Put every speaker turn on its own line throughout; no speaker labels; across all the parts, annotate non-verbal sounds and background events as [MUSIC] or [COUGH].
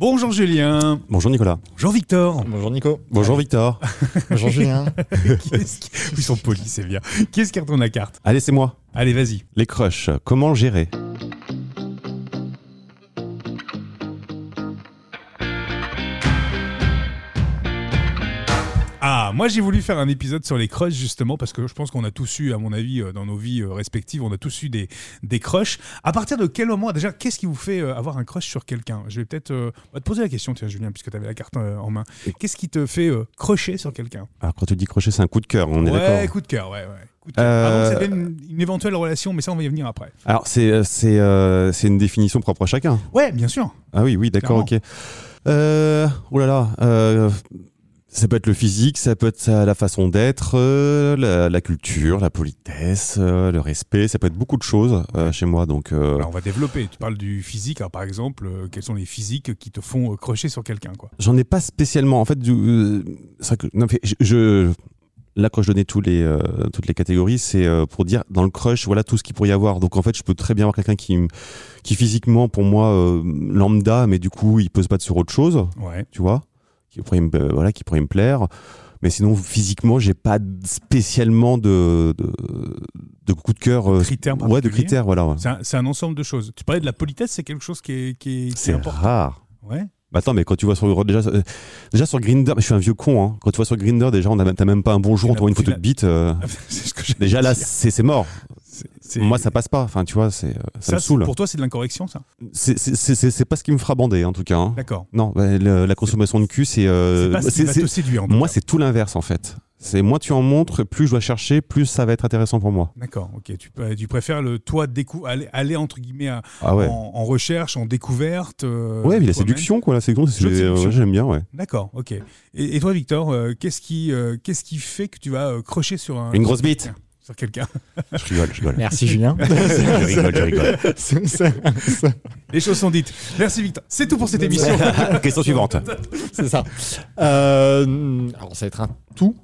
Bonjour Julien.
Bonjour Nicolas.
Bonjour Victor.
Bonjour Nico.
Bonjour Victor.
Bonjour Julien.
[LAUGHS] Qu'est-ce qui- Ils sont polis, c'est bien. Qui est-ce qui retourne la carte
[LAUGHS] Allez, c'est moi.
Allez, vas-y.
Les crushs, comment le gérer
Ah, moi j'ai voulu faire un épisode sur les crushs justement parce que je pense qu'on a tous eu, à mon avis, euh, dans nos vies euh, respectives, on a tous eu des, des crushs. À partir de quel moment, déjà, qu'est-ce qui vous fait euh, avoir un crush sur quelqu'un Je vais peut-être euh, on va te poser la question, tiens Julien, puisque tu avais la carte euh, en main. Qu'est-ce qui te fait euh, crusher sur quelqu'un
Alors quand tu dis crochet, c'est un coup de cœur, on est
Ouais,
d'accord.
coup de cœur, ouais, ouais. Coup de cœur.
Euh,
Avant, c'était une, une éventuelle relation, mais ça, on va y venir après.
Alors c'est euh, c'est euh, c'est une définition propre à chacun.
Ouais, bien sûr.
Ah oui, oui, d'accord, ok. Euh, oh là là. euh, ça peut être le physique, ça peut être euh, la façon d'être, euh, la, la culture, la politesse, euh, le respect. Ça peut être beaucoup de choses euh, chez moi, donc. euh,
Alors, on va développer. Tu parles du physique, alors, par exemple, euh, quels sont les physiques qui te font euh, crocher sur quelqu'un, quoi
J'en ai pas spécialement. En fait, du- euh, c'est vrai que non, mais je, je- là quand je donnais tous les euh, toutes les catégories, c'est euh, pour dire dans le crush, voilà tout ce qu'il pourrait y avoir. Donc en fait, je peux très bien avoir quelqu'un qui me- qui physiquement pour moi euh, lambda, mais du coup il peut se battre sur autre chose,
Ouais.
tu vois, qui pourrait me euh, voilà qui pourrait me plaire. Mais sinon physiquement, j'ai pas spécialement de de, de coup de cœur. euh,
Critères
ouais, de
particuliers.
critères, voilà. ouais.
C'est un, c'est un ensemble de choses. Tu parlais de la politesse, c'est quelque chose qui est, qui est- qui est
C'est
important.
rare.
Ouais. [LAUGHS]
Bah attends, mais quand tu vois sur déjà, euh, déjà sur Grinder, je suis un vieux con. Hein. Quand tu vois sur Grinder, déjà, on a- t'as même pas un bonjour, on t'envoie une photo de bite. euh,
c'est ce que j'allais
déjà là,
dire.
c'est c'est mort.
C'est- c'est-
Moi, ça passe pas. Enfin, tu vois, c'est euh, ça, me
c'est-
saoule.
Pour toi, c'est de l'incorrection, ça
C'est- C'est c'est- c'est pas ce qui me fera bander, en tout cas. hein.
D'accord.
Non, bah, le- la consommation de cul, c'est. euh,
c'est pas ce qui
c'est-
va
c'est-
te séduire. en tout
moi,
cas.
c'est tout l'inverse en fait. C'est moins tu en montres, plus je dois chercher, plus ça va être intéressant pour moi.
D'accord, ok. Tu, peux- tu préfères le toi décou aller, aller entre guillemets à-
Ah ouais.
en, en recherche, en découverte. euh,
ouais, mais la
toi-même.
séduction, quoi. La séduction, c'est-
Jeu de séduction.
ouais, j'aime bien, ouais.
D'accord, ok. Et, et toi, Victor, euh, qu'est-ce qui, euh, qu'est-ce qui fait que tu vas euh, crocher sur un
Une grosse
[LAUGHS]
bite.
sur quelqu'un
Je rigole, je [LAUGHS] rigole.
[LAUGHS] Merci Julien. [LAUGHS]
je rigole, je [LAUGHS] rigole.
C'est- c'est-
Les choses sont dites. Merci Victor. C'est tout pour cette émission.
Question suivante.
c'est ça. Euh, alors ça va être un tout.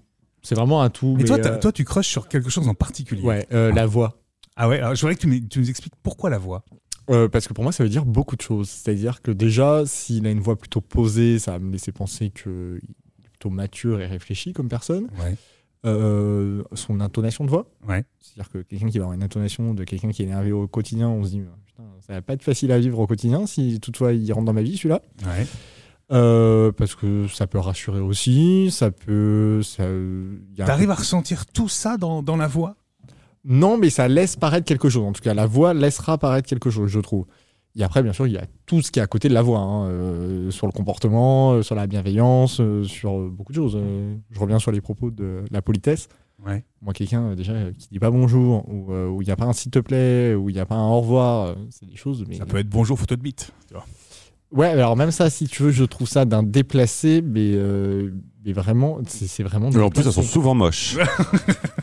C'est vraiment un tout.
Et
mais,
toi, t'as-
euh,
toi, tu croches sur quelque chose en particulier.
ouais, euh, la voix.
Ah ouais, alors je voudrais que tu, nous- tu nous expliques pourquoi la voix.
Euh, parce que pour moi, ça veut dire beaucoup de choses. C'est-à-dire que déjà, s'il a une voix plutôt posée, ça va me laisser penser que il est plutôt mature et réfléchi comme personne.
Ouais.
Euh, son intonation de voix.
Ouais.
C'est-à-dire que quelqu'un qui va avoir une intonation de quelqu'un qui est énervé au quotidien, on se dit, putain, ça va pas être facile à vivre au quotidien si toutefois il rentre dans ma vie celui-là.
Ouais.
Euh, parce que ça peut rassurer aussi, ça peut. Ça, y a un-
T'arrives à ressentir tout ça dans, dans la voix
Non, mais ça laisse paraître quelque chose. En tout cas, la voix laissera paraître quelque chose, je trouve. Et après, bien sûr, il y a tout ce qui est à côté de la voix, hein, euh, sur le comportement, euh, sur la bienveillance, euh, sur euh, beaucoup de choses. Euh, je reviens sur les propos de la politesse.
Ouais.
Moi, quelqu'un euh, déjà euh, qui dit pas bonjour, ou euh, où il n'y a pas un s'il te plaît, ou il n'y a pas un au revoir, euh, c'est des choses. Mais...
Ça peut être bonjour photo de bite. tu vois.
Ouais, alors même ça, si tu veux, je trouve ça d'un déplacé, mais, euh, mais vraiment, c'est c'est vraiment.
Mais en plus, elles
déplacé.
sont souvent moches.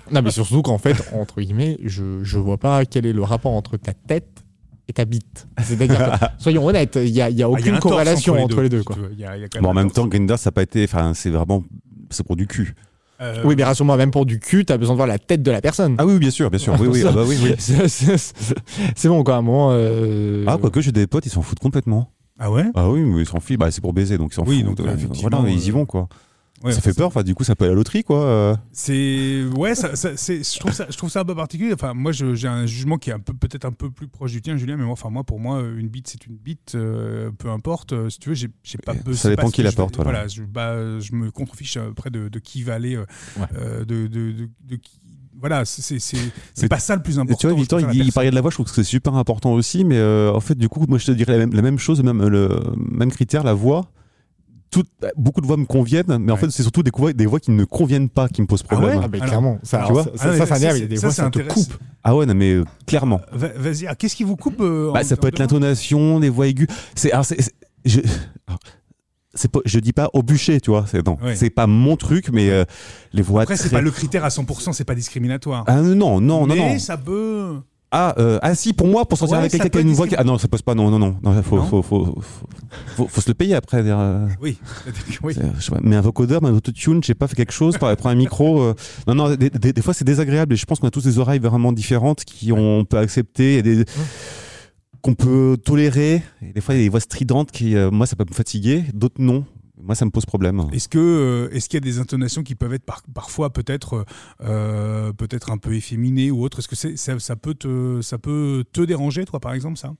Non, mais surtout qu'en fait, entre guillemets, je, je vois pas quel est le rapport entre ta tête et ta bite. C'est-à-dire,
[LAUGHS]
que, soyons honnêtes, il n'y a, il y a
Ah, il y
aucune
a un torse
corrélation entre les deux.
si
quoi.
tu veux. Il y a- il y a quand
Bon, en
un
même
torse.
temps, Grinder, ça n'a pas été. Enfin, c'est vraiment. C'est pour du cul.
Euh,
Oui, mais rassure-moi, même pour du cul, t'as besoin de voir la tête de la personne.
Ah oui, oui, bien sûr, bien sûr. Oui, [LAUGHS] oui, ah bah oui, oui.
[LAUGHS] C'est- c'est c'est bon, quoi, à un moment. euh,
Ah, quoique j'ai des potes, ils s'en foutent complètement.
Ah ouais,
Ah oui, mais ils s'en foutent. Bah, c'est pour baiser, donc ils s'en
Oui,
foutent.
donc,
Euh, bah,
effectivement,
voilà, mais ils y
euh,
vont, quoi.
ouais,
ça fait peur, enfin, du coup, ça peut aller à la loterie, quoi. euh.
C'est ouais, ça, ça- c'est- je trouve ça, je trouve ça un peu particulier. Enfin, moi, je- j'ai un jugement qui est un peu, peut-être un peu plus proche du tien, Julien. Mais moi, enfin, moi, pour moi, une bite, c'est une bite, euh, peu importe. euh, Si tu veux, j'ai j'ai pas.
Ça
peu- c'est
dépend
pas ce
qui
que
la
je-
porte, voilà.
Voilà, je, bah, euh, je me contrefiche après de, de qui va aller, euh,
Ouais.
euh, de, de, de- de qui. Voilà, c'est- c'est c'est- c'est
Mais-
pas ça le plus
Et
important.
tu vois,
je
Victor,
préfère
il,
la
il parlait de la voix, je trouve que c'est super important aussi, mais euh, en fait, du coup, moi, je te dirais la même, la même chose, même, euh, le même critère, la voix. Toutes, beaucoup de voix me conviennent, mais en
Ouais.
fait, c'est surtout des, voix- des voix qui ne me conviennent pas qui me posent
Ah ouais
problème.
Ah, mais
Alors,
clairement, ça,
tu
alors,
vois
ça,
Ah,
ça,
mais
ça
ça,
énerve, il y
c'est-
a des
ça,
voix,
c'est
ça te
intéressant.
coupe.
Ah ouais, non, mais euh, clairement.
personne. Va- Vas-y, ah, qu'est-ce qui vous coupe euh,
Bah,
en-
ça peut
en
être
deux mots
l'intonation, les voix aiguës. C'est, alors, c'est, c'est- je, alors, c'est pas- je dis pas au bûcher, tu vois. C'est, non,
Ouais.
c'est pas mon truc, mais euh, les voix.
Après, c'est
très-
pas le critère à 100%, c'est pas discriminatoire.
Ah non, non, non,
mais
non.
ça peut. [LAUGHS]
Ah, euh, ah si, pour moi, pour sortir
Ouais,
avec
ça
quelqu'un qui
peut
a une
être
voix. qui- Ah non, ça pose pas. Non, non, non. non, faut,
Non.
Faut, faut, faut, faut- faut se le payer après. euh,
Oui. oui.
euh, je sais pas, mais un vocodeur, mais un autotune, je sais pas, fait quelque chose, prends prends un micro. euh, Non, non, des, des- des fois c'est désagréable et je pense qu'on a tous des oreilles vraiment différentes qui ont- on peut accepter. et des... qu'on peut tolérer. Et des fois, il y a des voix stridentes qui, euh, moi, ça peut me fatiguer, d'autres non. Moi, ça me pose problème.
Est-ce que euh, est-ce qu'il y a des intonations qui peuvent être par- parfois peut-être euh, peut-être un peu efféminées ou autre Est-ce que c'est, ça, ça peut te ça peut te déranger toi par exemple ça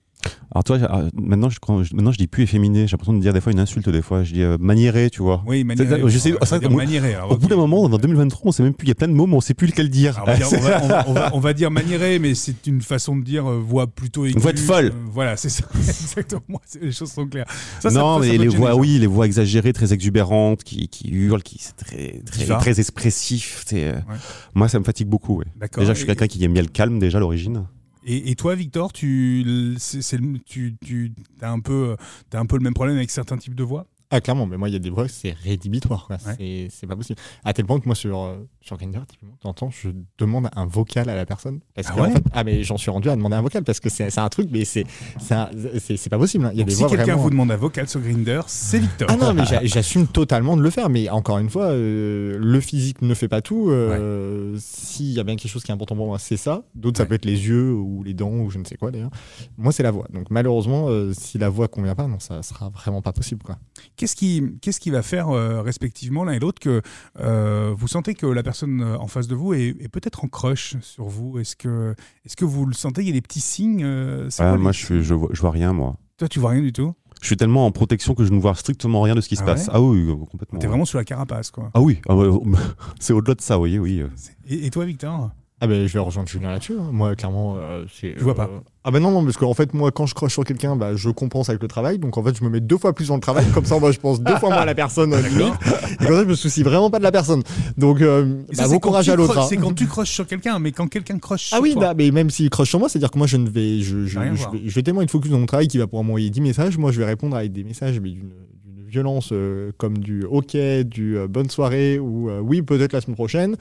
Alors toi, alors, maintenant, je, quand je- maintenant, je dis plus efféminé. J'ai l'impression de dire des fois une insulte, des fois, je dis euh, maniéré, tu vois.
Oui,
C'est-
maniéré.
je sais-
on va
c'est vrai
dire
que-
maniéré, alors,
Au bout
Ah ok.
d'un moment, en 2023, on sait même plus. Il y a plein de mots, mais on sait plus lequel dire.
Alors, on va dire- on, va, on va- on va- on va dire maniéré, mais c'est une façon de dire euh, voix plutôt aiguë.
voix de folle.
Euh, voilà, c'est ça. [LAUGHS] Exactement. C'est- Les choses sont claires. Ça, ça-
non,
ça, ça
mais
peut
les
te gêner,
voix,
ça.
oui, les voix exagérées, très exubérantes, qui, qui hurlent, qui c'est très, très,
Diva.
très expressif. c'est, euh,
Ouais.
Moi, ça me fatigue beaucoup. ouais.
D'accord.
Déjà, je
Et-
suis quelqu'un qui aime bien le calme, déjà, à l'origine.
Et, et toi, Victor, tu, l- c'est, c'est le- tu, tu as un peu, as un peu le même problème avec certains types de voix.
Ah, clairement, mais moi, il y a des voix, c'est rédhibitoire. quoi.
Ouais.
C'est- C'est pas possible. À tel point que moi, sur, euh, sur Grindr, typiquement, de temps en temps, je demande un vocal à la personne. Parce
Ah
que, en
ouais
fait- ah, mais j'en suis rendu à demander un vocal parce que c'est c'est un truc, mais c'est c'est un- c'est- c'est pas possible. hein. Il y a des
si
voix
quelqu'un
vraiment.
vous demande un vocal sur Grinder, c'est Victor.
Ah non,
[LAUGHS]
mais j'a- j'assume totalement de le faire, mais encore une fois, euh, le physique ne fait pas tout. euh, S'il y a bien quelque chose qui est important pour moi, c'est ça. D'autres, ça
Ouais.
peut être les yeux ou les dents ou je ne sais quoi d'ailleurs. Moi, c'est la voix. Donc malheureusement, euh, si la voix convient pas, non, ça sera vraiment pas possible. Quoi.
Qu'est-ce qui, qu'est-ce qui va faire euh, respectivement l'un et l'autre que euh, vous sentez que la personne euh, en face de vous est, est peut-être en crush sur vous Est-ce que, est-ce que vous le sentez Il y a des petits signes. euh, c'est
Ah,
quoi les-
moi, je, suis- je vois, je vois rien, moi.
Toi, tu vois rien du tout.
Je suis tellement en protection que je ne vois strictement rien de ce qui
Ah
se passe.
ouais
Ah oui, oui, complètement.
T'es vraiment sur la carapace, quoi.
Ah oui, ah ouais, [LAUGHS] c'est au-delà de ça, oui, oui. euh.
C'est- Et, et toi, Victor
Ah ben je vais rejoindre Julien là-dessus. hein. Moi clairement, euh, c'est.
Je vois pas.
euh, Ah ben non non parce qu'en fait moi quand je croche sur quelqu'un, bah je compense avec le travail. Donc en fait je me mets deux fois plus dans le travail. comme ça moi je pense deux fois moins à
[LAUGHS]
la personne. euh, limite. Et comme ça je me soucie vraiment pas de la personne. Donc euh,
Et
bah,
ça, c'est
bon
quand
courage
tu
à l'autre.
cro-
hein.
C'est
[LAUGHS]
quand tu croches sur quelqu'un, mais quand quelqu'un croche
Ah
sur
oui,
toi.
bah, mais même s'il croche sur moi, c'est-à-dire que moi je ne vais, je, je,
rien
je,
voir.
vais, je vais tellement être focus dans mon travail qu'il va pouvoir m'envoyer 10 messages. Moi, je vais répondre avec des messages mais d'une d'une violence euh, comme du OK, du euh, bonne soirée ou euh, oui, peut-être la semaine prochaine.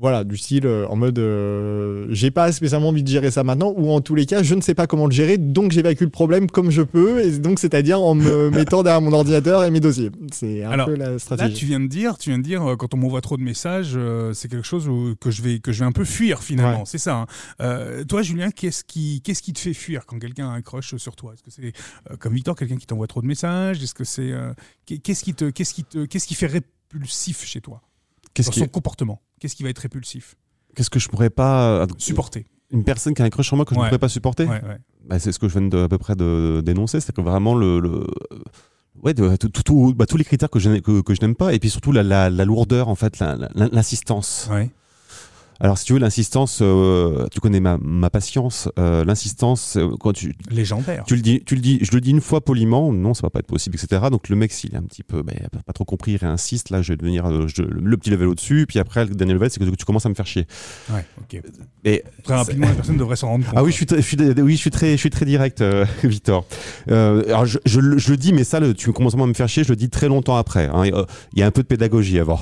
Voilà, du style euh, en mode euh, j'ai pas spécialement envie de gérer ça maintenant ou en tous les cas, je ne sais pas comment le gérer donc j'évacue le problème comme je peux et donc c'est-à-dire
[LAUGHS]
en me mettant derrière mon ordinateur et mes dossiers. C'est un
Alors,
peu la
Là,
stratégie.
tu viens de dire, tu viens de dire, euh, quand on m'envoie trop de messages, euh, c'est quelque chose où- que je vais que je vais un peu fuir finalement.
Ouais.
C'est ça. hein. Euh, toi, Julien, qu'est-ce qui qu'est-ce qui te fait fuir quand quelqu'un a un crush sur toi Est-ce que c'est euh, comme Victor, quelqu'un qui t'envoie trop de messages Est-ce que c'est euh, qu'est- qu'est-ce qui te qu'est-ce qui te qu'est-ce qui fait répulsif chez toi
Qu'est-ce
dans
qui-
son comportement Qu'est-ce qui va être répulsif
qu'est-ce que je pourrais pas. euh,
Supporter.
Une personne qui a un crush sur moi que je
Ouais.
ne pourrais pas supporter
Ouais, ouais.
Bah, C'est ce que je viens de, à peu près de dénoncer, c'est que vraiment le. le- Ouais, de- tout, tout- tout- bah, tous les critères que je, n'ai- que, que je n'aime pas, et puis surtout la, la- la lourdeur, en fait, la- la- l'insistance.
Ouais.
Alors, si tu veux, l'insistance, euh, tu connais ma, ma patience, euh, l'insistance, euh, quand tu,
Légendaire.
tu le dis, tu le dis, je le dis une fois poliment, non, ça va pas être possible, etc. Donc le mec, s'il est un petit peu, bah, il a pas trop compris, il réinsiste. Là, je vais devenir euh, je- le petit level au-dessus, puis après le dernier level, c'est que tu commences à me faire chier.
Ouais, ok.
Et-
Très
[LAUGHS]
rapidement, la personne devrait s'en rendre compte.
Ah oui, je suis, très- je suis, oui, je suis très, je suis très direct, euh, [LAUGHS] Victor. Euh, alors je, je le- je le dis, mais ça, le- tu commences à me faire chier, je le dis très longtemps après. hein. Et, euh, Il y a un peu de pédagogie avant.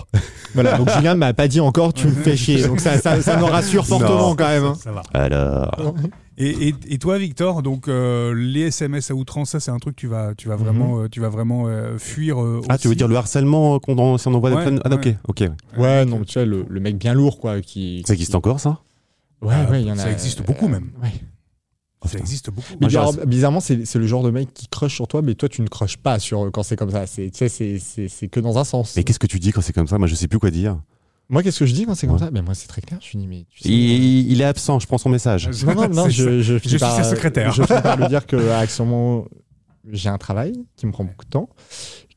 Voilà, donc Julien m'a pas dit encore tu me fais chier. Donc ça, ça, ça
[LAUGHS]
me rassure fortement
Non.
quand même. hein.
Ça va.
Alors,
Et, et- et toi, Victor, donc euh, les SMS à outrance, ça c'est un truc que tu vas, tu vas vraiment, euh, tu vas vraiment euh, fuir. euh,
Mhm. ah, tu veux
aussi.
dire le harcèlement euh, qu'on en- si on envoie
Ouais,
des Ah, ok,
ouais.
ok.
Euh,
Ouais, non, mais tu vois, le, le mec bien lourd, quoi, qui...
Ça existe encore, ça
Ouais,
Ah,
ouais, il y en a... euh,
ça existe beaucoup, même.
Ouais.
Ça existe beaucoup.
Mais
Moi, j'ai
bizarre-
raison.
bizarrement, c'est c'est le genre de mec qui crush sur toi, mais toi, tu ne crushes pas sur eux quand c'est comme ça. C'est- Tu sais, c'est- c'est c'est que dans un sens.
Mais qu'est-ce que tu dis quand c'est comme ça Moi, je sais plus quoi dire.
Moi, qu'est-ce que je dis quand c'est comme
Ouais.
ça Ben, moi, c'est très clair. Je dis, mais tu sais...
Il, il est absent, je prends son message. [LAUGHS]
[LAUGHS]
Non, non, non,
C'est ça.
je, je, finis
suis
par-
sa secrétaire.
Je finis par lui
[LAUGHS]
dire que, euh, à ce moment, j'ai un travail qui me prend beaucoup de temps,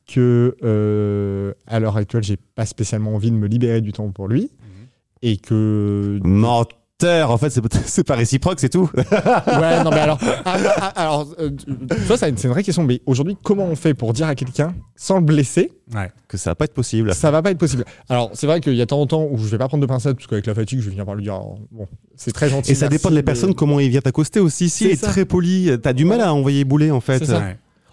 que euh, à l'heure actuelle, j'ai pas spécialement envie de me libérer du temps pour lui,
Mhm.
et que
Menteur, en fait, c'est- [LAUGHS] c'est pas réciproque, c'est tout. [LAUGHS]
Ouais, non, mais alors. ah, ah, alors, euh, tu vois, ça, c'est une vraie question. Mais aujourd'hui, comment on fait pour dire à quelqu'un, sans le blesser,
Ouais.
que ça va pas être possible.
ça va pas être possible Alors, c'est vrai qu'il y a tant en temps où je vais pas prendre de pincettes, parce qu'avec la fatigue, je vais finir par lui dire. alors, bon, c'est très gentil.
Et ça dépend
merci,
de la
mais-
personne, comment il vient t'accoster aussi. Si
C'est
il est
ça.
très poli, t'as du mal à envoyer bouler en fait.
C'est ça.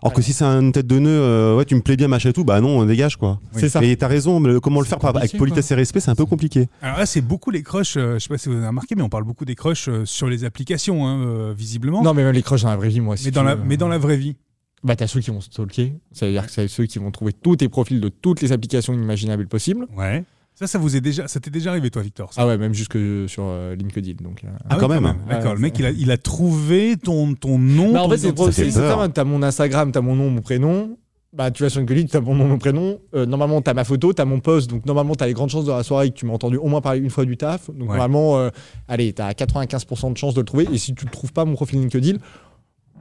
Alors
Ouais.
que si c'est une tête de nœud, euh, ouais, tu me plais bien, machin et tout, bah non, on dégage quoi.
C'est ça.
Mais t'as raison, mais le- comment le
C'est
faire par- avec
compliqué,
politesse et respect, c'est un peu compliqué.
Alors là, c'est Ah beaucoup les crushs. euh, je sais pas si vous avez remarqué, mais on parle beaucoup des crushs euh, sur les applications, hein, euh, visiblement.
Non, mais même les crushs dans la vraie vie, moi. si
mais, dans
tu
la,
euh,
veux, euh,
mais dans la vraie vie.
Bah, t'as ceux qui vont stalker. C'est-à-dire que c'est ceux qui vont trouver tous tes profils de toutes les applications imaginables et possibles.
Ouais. Ça, ça vous est déjà, ça t'est déjà arrivé, toi, Victor ça
Ah ouais, même jusque sur euh, LinkedIn. Donc, euh,
Ah, quand
oui,
même.
D'accord,
Ouais,
le mec,
c'est-
il a, il a trouvé ton, ton nom.
Bah, en
ton
fait, c'est
identité.
pro- c'est-
fait
c'est
peur.
ça, t'as mon Instagram, t'as mon nom, mon prénom. Bah, tu vas sur LinkedIn, t'as mon nom, mon prénom. Euh, normalement, t'as ma photo, t'as mon post. Donc, normalement, t'as les grandes chances de la soirée que tu m'as entendu au moins parler une fois du taf. Donc,
Ouais.
normalement, euh, allez, t'as 95% de chances de le trouver. Et si tu ne trouves pas mon profil LinkedIn,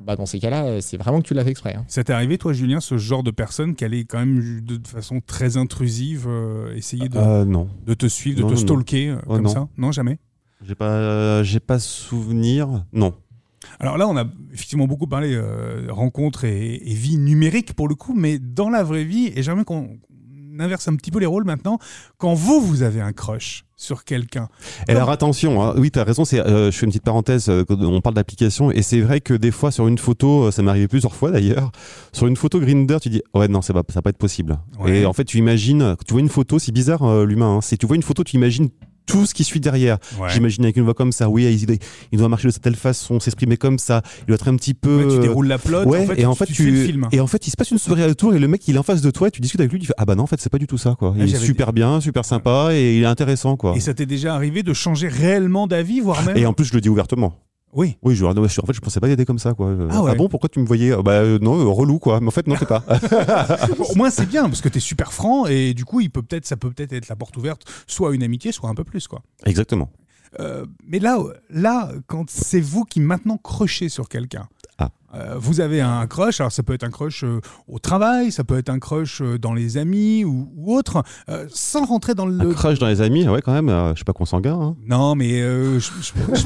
bah, dans ces cas-là, euh, c'est vraiment que tu l'as fait exprès. hein.
Ça t'est arrivé, toi, Julien, ce genre de personne qui allait quand même de de façon très intrusive euh, essayer de,
Euh, non.
de te suivre, de
non,
te
non, non.
stalker euh,
Oh,
comme
non.
ça Non, jamais.
J'ai pas, euh, j'ai pas souvenir. Non.
Alors là, on a effectivement beaucoup parlé euh, rencontres et, et vie numérique pour le coup, mais dans la vraie vie, et j'aimerais qu'on inverse un petit peu les rôles maintenant, quand vous, vous avez un crush sur quelqu'un,
Et alors attention, hein. oui, tu as raison, c'est, euh, je fais une petite parenthèse, euh, quand on parle d'application, et c'est vrai que des fois sur une photo, euh, ça m'est arrivé plusieurs fois d'ailleurs, sur une photo Grinder, tu dis, ouais, non, ça va, ça va pas être possible.
Ouais.
Et en fait, tu imagines, tu vois une photo, c'est bizarre euh, l'humain, hein. c'est tu vois une photo, tu imagines tout ce qui suit derrière. J'imagine avec une voix comme ça, oui, il, doit- il doit marcher de cette telle façon, s'exprimer comme ça, il doit être un petit peu...
Ouais, tu
euh,
déroules la plot,
ouais,
en fait,
et
tu,
en fait,
tu
tu,
fais le film.
et en fait, il se passe une soirée autour et le mec, il est en face de toi et tu discutes avec lui, tu fais ah bah non, en fait, c'est pas du tout ça quoi. Il
Ouais,
est
Ah, j'avais
super bien, super sympa et il est intéressant quoi.
Et ça t'est déjà arrivé de changer réellement d'avis, voire même...
Et en plus, je le dis ouvertement.
Oui.
Oui, je, leur dis, ouais, je- en fait, je pensais pas t'aider comme ça, quoi. Euh,
Ah ouais.
bon, pourquoi tu me voyais Euh, Bah euh, non, euh, relou, quoi. Mais en fait, non, t'es pas.
[LAUGHS]
[LAUGHS] Ah.
Bon, au moins, c'est bien, parce que t'es super franc, et du coup, il peut peut-être, ça peut peut-être être la porte ouverte, soit à une amitié, soit un peu plus, quoi.
Exactement.
Euh, mais là, là, quand c'est vous qui maintenant crochez sur quelqu'un,
Ah.
euh, vous avez un crush, alors ça peut être un crush euh, au travail, ça peut être un crush euh, dans les amis ou, ou autre, euh, sans rentrer dans
Un
le...
crush dans les amis, ouais, quand même. euh, je sais pas qu'on s'en gare, hein.
Non, mais euh, je, je- je-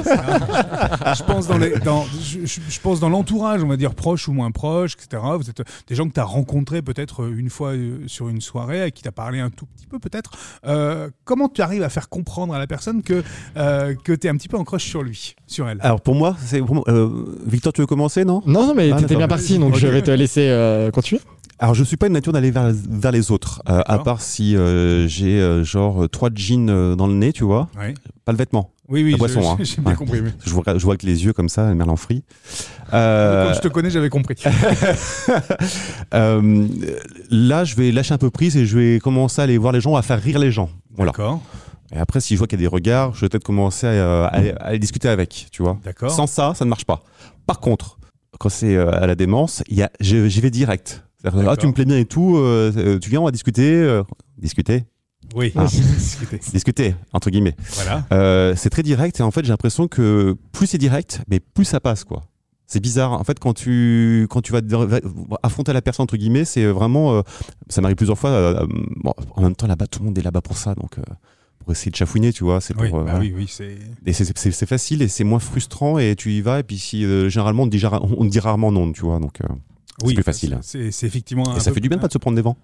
je pense dans les- dans- je- je- je pense dans l'entourage, on va dire proche ou moins proche, etc. Vous êtes des gens que tu as rencontrés peut-être une fois euh, sur une soirée, à qui tu as parlé un tout petit peu peut-être. Euh, comment tu arrives à faire comprendre à la personne que, euh, que tu es un petit peu en croche sur lui, sur elle
Alors pour moi, c'est pour moi- euh, Victor, tu veux commencer, non
Non, non, mais
Ah,
t'étais
d'accord.
bien parti, donc je
Ok.
vais te laisser euh, continuer.
Alors je suis pas une nature d'aller vers, vers les autres, euh, à
D'accord.
part si euh, j'ai euh, genre euh, trois jeans euh, dans le nez, tu vois.
Ouais.
Pas le vêtement.
Oui, oui,
La
je-
boisson, hein.
je- j'ai bien
Ouais.
compris. oui.
Je vois, je vois avec les yeux comme ça, Merlin Free. Euh,
Quand je te connais, j'avais compris.
euh, là, je vais lâcher un peu prise et je vais commencer à aller voir les gens, à faire rire les gens. [LAUGHS] Voilà.
D'accord,
Et après, si je vois qu'il y a des regards, je vais peut-être commencer à, euh, à, à les discuter avec, tu vois.
d'accord.
Sans ça, ça ne marche pas. Par contre, quand c'est euh, à la démence, il y a, je- j'y vais direct. C'est-à-dire, Ah,
D'accord.
tu me plais bien et tout, euh, euh, tu viens, on va discuter. euh, discuter
Oui,
Ah.
[LAUGHS] Discuter.
Discuter, entre guillemets.
voilà.
Euh, c'est très direct et en fait, j'ai l'impression que plus c'est direct, mais plus ça passe, quoi. C'est bizarre. En fait, quand tu, quand tu vas dire- affronter la personne, entre guillemets, c'est vraiment. euh, ça m'arrive plusieurs fois. euh, bon, en même temps, là-bas, tout le monde est là-bas pour ça. Donc, euh, pour essayer de chafouiner, tu vois. C'est pour.
Oui,
euh,
bah
voilà.
oui, oui, c'est.
Et c'est- c'est c'est facile et c'est moins frustrant et tu y vas et puis si euh, généralement on te dit, ra- on te dit rarement non tu vois donc euh,
oui,
plus facile.
C'est c'est effectivement. un
et ça
peu
fait du bien de
plus-
pas de se prendre des vents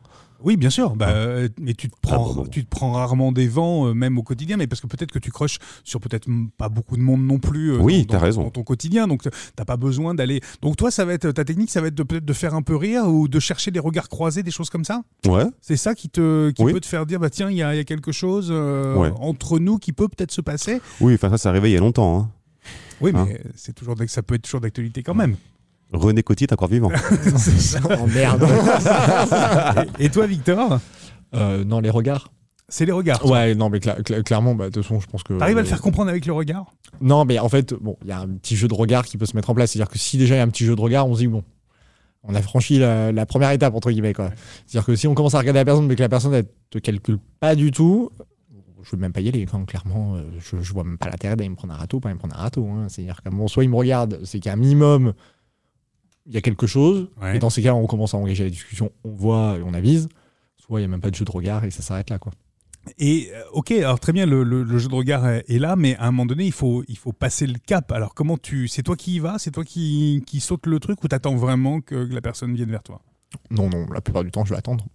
Oui, bien sûr. Bah, euh, mais tu te prends,
Ah, bon, bon.
tu te prends rarement des vents, euh, même au quotidien, mais parce que peut-être que tu croches sur peut-être m- pas beaucoup de monde non plus. euh,
Oui,
dans-
t'as
dans-
raison.
Dans ton quotidien, donc t- t'as pas besoin d'aller. Donc toi, ça va être ta technique, ça va être de- peut-être de faire un peu rire ou de chercher des regards croisés, des choses comme ça.
ouais
C'est ça qui te, qui
Oui.
peut te faire dire, bah tiens, il y, a il y a quelque chose euh,
Ouais.
entre nous qui peut peut-être se passer.
oui enfin ça c'est arrivé il y a longtemps hein.
Oui,
Hein.
mais c'est toujours, d'ac- ça peut être toujours d'actualité quand
[LAUGHS]
même.
René Coty est encore vivant
C'est ça.
Oh merde.
[LAUGHS] Et toi, Victor,
[LAUGHS] Euh, non, les regards.
c'est les regards.
Ouais, non, mais cla- cla- clairement, bah, de toute façon, je pense que.
T'arrives à le faire comprendre avec le regard
Non, mais en fait, bon, il y a un petit jeu de regard qui peut se mettre en place. C'est-à-dire que si déjà il y a un petit jeu de regard, on se dit bon, on a franchi la, la première étape entre guillemets quoi. C'est-à-dire que si on commence à regarder la personne mais que la personne elle te calcule pas du tout, je veux même pas y aller. Quand clairement, euh, je, je vois même pas l'intérêt d'aller me prendre un râteau, pas me prendre un râteau. hein. C'est-à-dire qu'à un moment, soit il me regarde, c'est qu'à un minimum il y a quelque chose.
Ouais.
Et dans ces cas, on commence à engager la discussion, on voit et on avise. Soit il y a même pas de jeu de regard et ça s'arrête là quoi.
Et euh, ok, alors très bien, le, le- le jeu de regard est, est là, mais à un moment donné, il faut, il faut passer le cap. Alors comment tu, c'est toi qui y vas, c'est toi qui, qui saute le truc, ou t'attends vraiment que, que la personne vienne vers toi
Non, non, la plupart du temps, je vais attendre.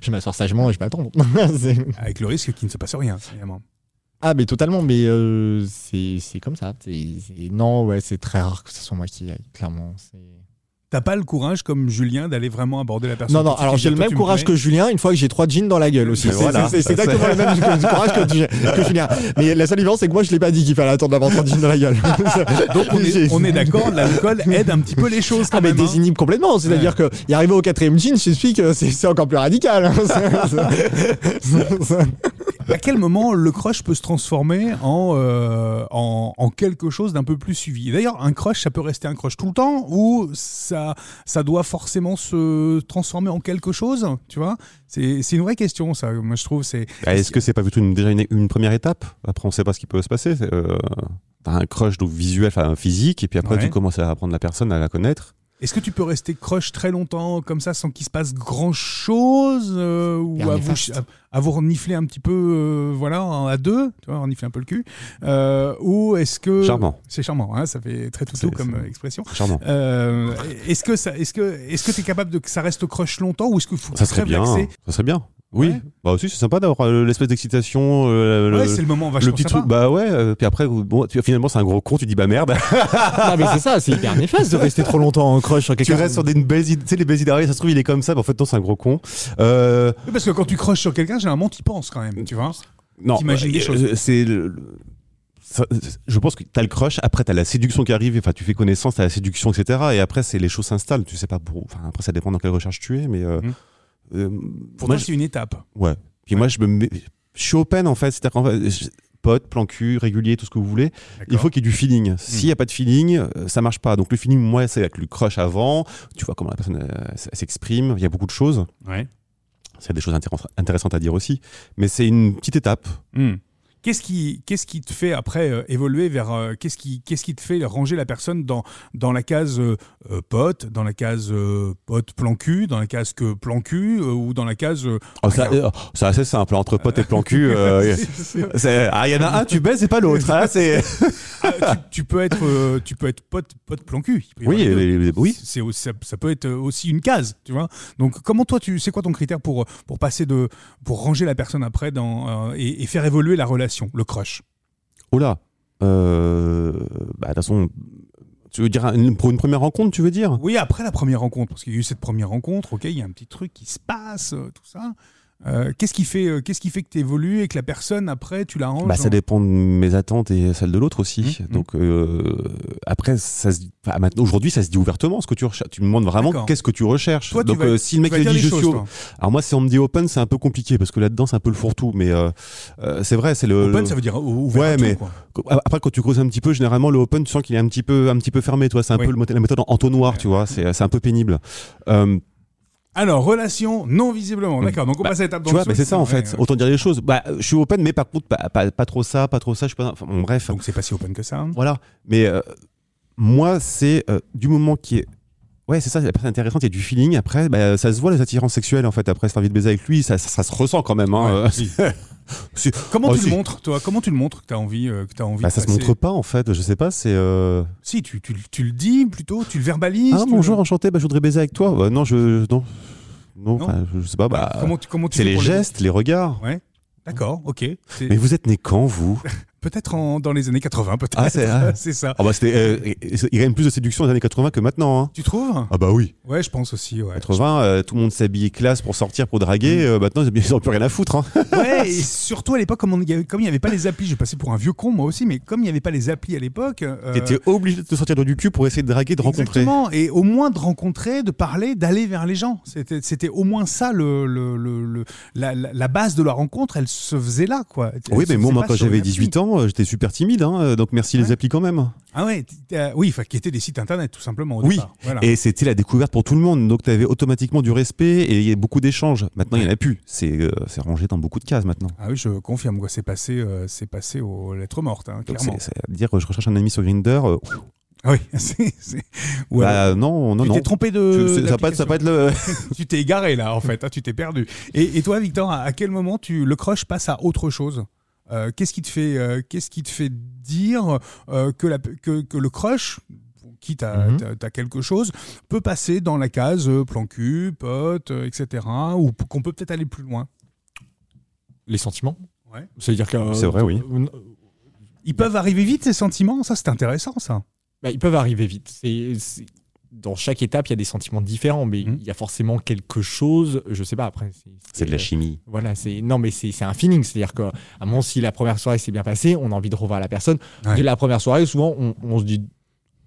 je m'assois sagement et je vais attendre. C'est-
Avec le risque qu'il ne se passe rien, évidemment.
Ah, mais totalement, mais euh, c'est c'est comme ça. C'est- c'est- Non, ouais, c'est très rare que ce soit moi qui y aille, clairement. c'est-
T'as pas le courage comme Julien d'aller vraiment aborder la personne.
Non, non,
tout de
alors
suite,
j'ai le
toi,
même
tu me
courage
connais.
que Julien une fois que j'ai trois jeans dans la gueule aussi.
Mais
C'est
voilà.
c'est- c'est exactement le même que- courage que, que Julien. Mais la seule différence, c'est que moi, je l'ai pas dit qu'il fallait attendre d'avoir trois jeans dans la gueule.
Ah, Donc
[LAUGHS]
on est,
J'ai-
on est d'accord, l'alcool aide un petit peu les choses quand
Ah, mais
même. hein.
désinhibe complètement. C'est-à-dire que y arriver au quatrième jean, je t'explique, c'est c'est encore plus radical. hein. C'est- c'est- c'est-
à quel moment le crush peut se transformer en, euh, en, en quelque chose d'un peu plus suivi Et D'ailleurs, un crush, ça peut rester un crush tout le temps ou ça, ça doit forcément se transformer en quelque chose Tu vois C'est c'est une vraie question, ça. Moi, je trouve. C'est
Ah, Est-ce que c'est pas plutôt une, déjà une, une première étape Après, on sait pas ce qui peut se passer. c'est, euh, T'as un crush donc visuel, enfin physique, et puis après
Ouais.
tu commences à apprendre la personne, à la connaître.
Est-ce que tu peux rester crush très longtemps comme ça sans qu'il se passe grand chose ou
Faire
à
les
vous,
fastes.
à, à vous renifler un petit peu, euh, voilà, en- à deux, tu vois, renifler un peu le cul euh, Ou est-ce que
Charmant,
c'est charmant, hein, ça fait très toutou
C'est-
comme
c'est-
euh, expression.
charmant.
Euh, est-ce que ça, est-ce que, est-ce que t'es capable de que ça reste crush longtemps ou est-ce qu'il faut
Ça serait bien.
relaxer
Ça serait bien. Oui.
Ouais.
Bah aussi, c'est sympa d'avoir euh, l'espèce d'excitation. euh, le-
Ouais, c'est le moment vachement
le petit
sympa.
truc, bah ouais, euh, puis après, bon, tu- finalement, c'est un gros con, tu dis bah merde,
Ah, mais c'est ça, c'est hyper néfaste de rester trop longtemps en crush sur
tu
quelqu'un.
restes sur des belles idées, tu sais, les belles idées arrivent, ça se trouve, il est comme ça, mais en fait, non, c'est un gros con. Euh,
Oui, Parce que quand tu crushes sur quelqu'un, généralement t'y penses quand même, tu vois.
non,
T'imagines des
euh,
choses.
C'est le- le- ça- c'est- je pense que t'as le crush, après t'as la séduction qui arrive, enfin tu fais connaissance, t'as la séduction, etc. Et après c'est les choses s'installent, tu sais pas pour. Enfin après ça dépend dans quelle recherche tu es, mais. euh,
Mhm.
euh,
Pour toi,
moi, je-
c'est une étape.
Ouais. Puis moi, je me mets- je suis open en fait. C'est-à-dire qu'en fait, je- pote, plan cul, régulier, tout ce que vous voulez. Il faut qu'il y ait du feeling.
Mhm.
S'il n'y a pas de feeling, euh, ça marche pas. Donc le feeling, moi, c'est avec le crush avant. Tu vois comment la personne euh, s- s'exprime. Il y a beaucoup de choses.
Ouais.
C'est des choses intéressantes- intéressantes à dire aussi. Mais c'est une petite étape.
Hmm. Qu'est-ce qui, qu'est-ce qui te fait après euh, évoluer vers euh, qu'est-ce qui, qu'est-ce qui te fait ranger la personne dans dans la case euh, euh, pote, dans la case euh, pote plan cul, dans la case que plan cul euh, ou dans la case. euh,
Oh, ça, euh, oh, c'est assez simple. Entre pote et plan cul,
[LAUGHS]
euh, [LAUGHS] c'est- ah, il y en a un, tu baises et pas l'autre. hein, c'est-
Ah, tu, tu peux être, euh, tu peux être pote pote plan cul. Il peut y avoir
[LAUGHS] oui,
les deux.
les- les- oui.
C'est aussi- ça, ça peut être aussi une case, tu vois. Donc comment toi tu c'est quoi ton critère pour pour passer de pour ranger la personne après dans euh, et, et faire évoluer la relation, le crush.
Oh là. Euh, bah, de toute façon, tu veux dire une- pour une première rencontre, tu veux dire
Oui, après la première rencontre parce qu'il y a eu cette première rencontre, OK, il y a un petit truc qui se passe, euh, tout ça. Euh, qu'est-ce qui fait euh, qu'est-ce qui fait que tu évolues et que la personne après tu la ranges
Bah, ça
en-
dépend de mes attentes et celles de l'autre aussi.
Mhm.
Donc euh, après, ça se dit- enfin, maintenant aujourd'hui, ça se dit ouvertement ce que tu recherches. Tu me demandes vraiment
D'accord.
qu'est-ce que tu recherches.
Toi, tu
Donc
vas-
euh, si le
Tu
mec
vas
te
dire
dit
les
je
choses,
suis,
toi.
alors moi si on me dit open, c'est un peu compliqué parce que là-dedans c'est un peu le fourre-tout. Mais euh, euh, c'est vrai, c'est le.
Open,
le-
ça veut dire ou- ouvert
Ouais,
à tout,
mais-
quoi.
Après quand tu creuses un petit peu, généralement le open, tu sens qu'il est un petit peu, un petit peu fermé. Toi, c'est un
Oui.
peu le mot- la méthode en- entonnoir,
Ouais.
tu vois. C'est c'est un peu pénible. Euh,
Alors, relation non visiblement. D'accord. Donc on
Bah,
passe à l'étape
tu vois,
d'en
mais
dessous,
c'est ça en
ouais,
fait.
euh,
Autant dire les choses. Bah, je suis open, mais par contre pas, pas- pas trop ça, pas trop ça. Je suis pas. enfin, bon, bref.
Donc c'est pas si open que ça. hein.
Voilà. Mais euh, moi, c'est euh, du moment qui est. Ouais, c'est ça, la personne intéressante, il y a du feeling. Après, bah, ça se voit les attirances sexuelles, en fait. Après, si t'as envie de baiser avec lui, ça, ça, ça se ressent quand même. hein. [LAUGHS]
Ouais, si.
Si.
Comment
Oh,
tu
si.
le montres, toi Comment tu le montres que tu as envie, euh, que t'as envie
Bah,
de
ça se
passer
montre pas, en fait. Je sais pas, c'est. euh,
Si, tu, tu, tu le dis plutôt, tu le verbalises.
Ah,
tu le-
bonjour, enchanté, bah, je voudrais baiser avec toi. Bah, non, je. je- Non. Non,
Non.
enfin, je, je sais pas. Bah,
comment tu, comment tu
c'est
fais
les
pour
gestes, les regards.
Ouais. D'accord, ok. C'est-
Mais vous êtes né quand, vous
Peut-être en- dans les années 80, peut-être.
Ah, c'est- ah.
[LAUGHS] c'est ça.
Ah, bah, c'était. euh, il y a une plus de séduction dans les années 80 que maintenant, hein.
Tu trouves
Ah, bah oui.
Ouais, je pense aussi. Ouais.
80, euh, tout le monde s'habillait classe pour sortir, pour draguer.
Mm.
Euh, maintenant, ils n'ont plus rien à foutre. hein.
Ouais, et surtout à l'époque, comme on- il y avait- comme il n'y avait pas les applis, je passais pour un vieux con moi aussi, mais comme il n'y avait pas les applis à l'époque. euh,
T'étais obligé de te sortir du cul pour essayer de draguer, de rencontrer.
Exactement, et au moins de rencontrer, de parler, d'aller vers les gens. C'était c'était au moins ça, le, le- le- le- la, la- la base de la rencontre, elle se faisait là, quoi.
Oui, mais moi, moi, quand j'avais 18 ans, euh, j'étais super timide, hein, euh, donc merci
Ouais.
les applis quand même.
Ah ouais, t- euh, oui, enfin, qui étaient des sites internet, tout simplement, au
Oui.
départ. Voilà.
Et c'était la découverte pour tout le monde, donc t'avais automatiquement du respect et il y a beaucoup d'échanges. Maintenant, il n'y en a plus. C'est euh, c'est rangé dans beaucoup de cases maintenant.
Ah oui, je confirme, quoi, c'est passé, euh, c'est passé aux lettres mortes, hein,
Donc,
clairement.
c'est- c'est à dire, euh, je recherche un ami sur Grinder. euh,
Ah oui, [LAUGHS] c'est. c'est- Ou alors,
bah, non, non,
tu
non.
t'es trompé euh,
Tu-
de.
c'est- ça va pas être- ça va pas être le. [LAUGHS]
Tu t'es égaré là, en fait. hein, tu t'es perdu. Et, et toi, Victor, à à quel moment tu le crush passe à autre chose Euh, Qu'est-ce qui te fait, euh, qu'est-ce qui te fait dire euh, que, la, que, que le crush quitte à,
Mhm.
t'as- t'as quelque chose, peut passer dans la case euh, plan cul, pote, euh, etc. Ou p- qu'on peut peut-être aller plus loin.
Les sentiments.
Ouais.
C'est-à-dire que. euh,
C'est vrai, oui.
euh,
Ils peuvent arriver vite, ces sentiments Ça, c'est intéressant, ça.
bah, ils peuvent arriver vite. C'est- c'est- Dans chaque étape, il y a des sentiments différents, mais il
Mhm.
y a forcément quelque chose. Je sais pas après.
Mm. C'est de la chimie.
Voilà, c'est non, mais c'est c'est un feeling. C'est-à-dire que, à un moment, si la première soirée s'est bien passée, on a envie de revoir la personne.
Ouais.
Dès la première soirée, souvent, on, on se dit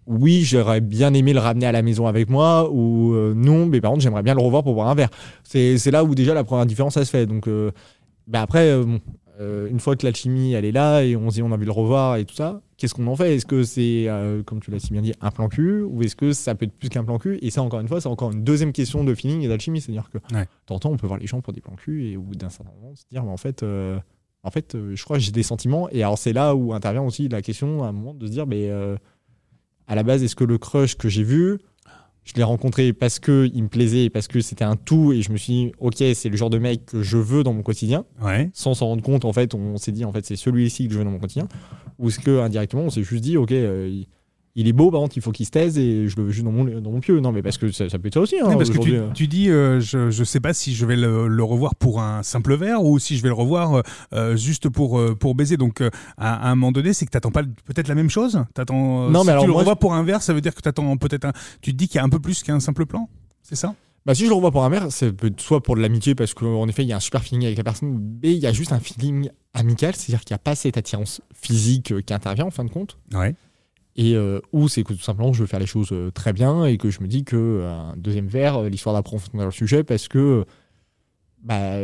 oui, j'aurais bien aimé le ramener à la maison avec moi, ou euh, non, mais par contre, j'aimerais bien le revoir pour boire un verre. C'est c'est là où déjà la première différence, ça se fait. Donc, euh, bah après, euh, bon, Euh, une fois que la chimie elle est là et on se dit on a vu le revoir et tout ça, qu'est-ce qu'on en fait Est-ce que c'est, euh, comme tu l'as si bien dit, un plan cul ou est-ce que ça peut être plus qu'un plan cul Et ça, encore une fois, c'est encore une deuxième question de feeling et d'alchimie. C'est-à-dire que
Ouais.
t'entends, on peut voir les gens pour des plans cul et au bout d'un certain moment, se dire, mais en fait, euh, en fait euh, je crois que j'ai des sentiments. Et alors, c'est là où intervient aussi la question à un moment de se dire, mais euh, à la base, est-ce que le crush que j'ai vu, je l'ai rencontré parce que il me plaisait et parce que c'était un tout et je me suis dit, ok, c'est le genre de mec que je veux dans mon quotidien
Ouais.
sans s'en rendre compte, en fait, on s'est dit, en fait, c'est celui-ci que je veux dans mon quotidien. Ou est-ce que indirectement, on s'est juste dit, ok, euh, il, il est beau, par contre, il faut qu'il se taise et je le veux juste dans mon, dans mon pieu. Non, mais parce que ça, ça peut être ça aussi. Hein,
Oui, parce que
aujourd'hui,
tu,
euh.
tu dis, euh, je, je sais pas si je vais le, le revoir pour un simple verre ou si je vais le revoir euh, euh, juste pour, euh, pour baiser. Donc, euh, à, à un moment donné, c'est que t'attends pas le- peut-être la même chose t'attends, euh,
Non,
si
mais alors
tu le
moi,
revois pour un verre, ça veut dire que t'attends peut-être un. Tu te dis qu'il y a un peu plus qu'un simple plan C'est ça
Bah, si je le revois pour un mère, ça peut être soit pour de l'amitié, parce qu'en effet, il y a un super feeling avec la personne, mais il y a juste un feeling amical, c'est-à-dire qu'il n'y a pas cette attirance physique euh, qui intervient en fin de compte.
Ouais.
Et euh, ou c'est que tout simplement je veux faire les choses euh, très bien et que je me dis que euh, un deuxième verre, euh, l'histoire d'approfondir le sujet parce que euh, bah,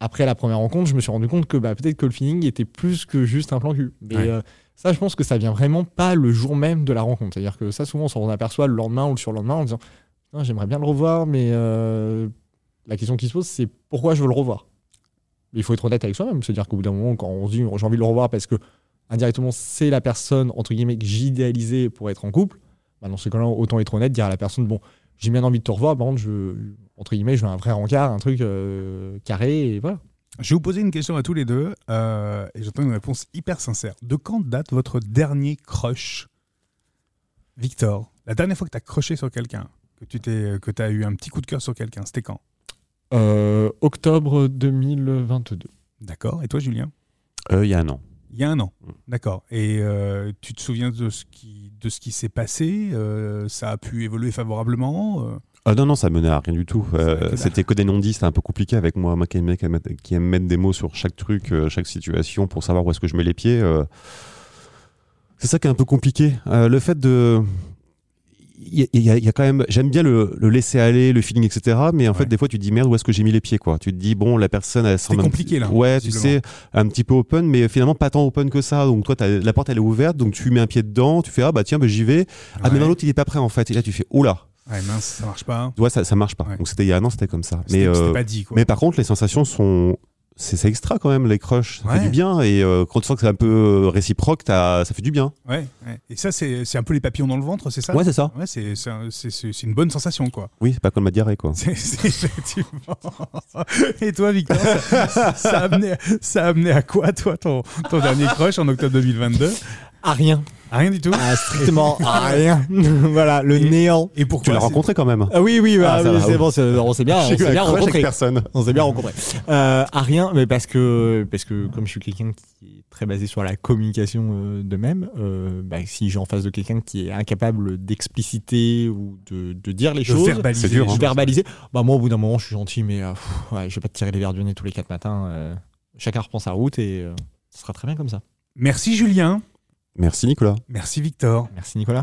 après la première rencontre, je me suis rendu compte que bah, peut-être que le feeling était plus que juste un plan cul. Mais
Ouais.
euh, ça, je pense que ça vient vraiment pas le jour même de la rencontre. C'est-à-dire que ça, souvent, on s'en aperçoit le lendemain ou le surlendemain en disant Putain, j'aimerais bien le revoir, mais euh, la question qui se pose, c'est pourquoi je veux le revoir Il faut être honnête avec soi-même. C'est-à-dire qu'au bout d'un moment, quand on se dit j'ai envie de le revoir parce que indirectement, c'est la personne, entre guillemets, que j'idéalisais pour être en couple, bah, dans ce cas-là, autant être honnête, dire à la personne bon, j'ai bien envie de te revoir, par contre, je, entre guillemets, je veux un vrai rencard, un truc euh, carré, et voilà.
Je vais vous poser une question à tous les deux euh, et j'attends une réponse hyper sincère. De quand date votre dernier crush Victor, la dernière fois que t'as crushé sur quelqu'un, que tu t'es, que t'as eu un petit coup de cœur sur quelqu'un, c'était quand
Euh, octobre 2022.
D'accord. Et toi, Julien
Euh, Il y a un an.
Il y a un an.
Mm.
D'accord. Et euh, tu te souviens de ce qui, de ce qui s'est passé Euh, Ça a pu évoluer favorablement Euh,
Ah non, non, ça menait à rien du tout. Euh,
vrai que-
c'était que des non-dits, c'était un peu compliqué avec moi, moi qui aime, qui aime- qui aime mettre des mots sur chaque truc, euh, chaque situation pour savoir où est-ce que je mets les pieds. euh. C'est ça qui est un peu compliqué. Euh, le fait de. Il y a, il y a- il y a quand même. J'aime bien le, le laisser aller, le feeling, etc. Mais en
Ouais.
fait, des fois, tu te dis merde, où est-ce que j'ai mis les pieds, quoi. Tu te dis, bon, la personne, elle semble. un
compliqué,
petit-
là,
Ouais, tu
visiblement.
sais, un petit peu open, mais finalement, pas tant open que ça. Donc, toi, t'as- la porte, elle est ouverte, donc tu mets un pied dedans, tu fais, ah bah tiens, bah, j'y vais. Ah, mais
ouais.
non, l'autre, il est pas prêt, en fait. Et là, tu fais, oula.
Ouais, mince, ça marche pas.
Tu vois, ça, ça marche pas.
Ouais.
Donc c'était il y a un an, c'était comme ça.
C'était
mais,
c'était
euh,
pas dit quoi.
mais par contre, les sensations sont. C'est c'est extra quand même, les crushs. Ça
Ouais.
fait du bien. Et euh, quand tu sens que c'est un peu euh, réciproque, t'as- ça fait du bien.
Ouais, ouais. Et ça, c'est c'est un peu les papillons dans le ventre, c'est ça
ouais, c'est ça.
Ouais, c'est c'est un- c'est- c'est- c'est une bonne sensation quoi. [LAUGHS]
Oui, c'est pas comme la diarrhée, quoi.
C'est c'est effectivement. [LAUGHS] Et toi, Victor, ça, ça a amené, ça a amené à quoi toi ton, ton dernier crush en octobre 2022
À rien.
Ah, Rien du tout.
À strictement à rien. [LAUGHS] voilà, le
Et-
néant.
Et pourquoi
Tu l'as
c'est-
rencontré quand même.
Ah oui, oui, bah,
Ah, ça
oui,
va,
c'est
oui.
bon, c'est- on s'est [LAUGHS] bien, Ah, on
J'ai eu
s'est
un
bien
crush avec
rencontrés.
personne.
On s'est bien rencontrés. Euh, à rien, mais parce que, parce que comme je suis quelqu'un qui est très basé sur la communication euh, de même, euh, bah, si j'ai en face de quelqu'un qui est incapable d'expliciter ou de, de dire les
de
choses,
verbaliser.
C'est dur,
les
hein.
choses.
verbaliser, bah moi au bout d'un moment je suis gentil, mais euh, pff, ouais, je vais pas te tirer les verres du nez tous les quatre matins. euh, chacun reprend sa route et euh, ce sera très bien comme ça.
Merci Julien.
Merci, Nicolas.
Merci Victor.
Merci Nicolas.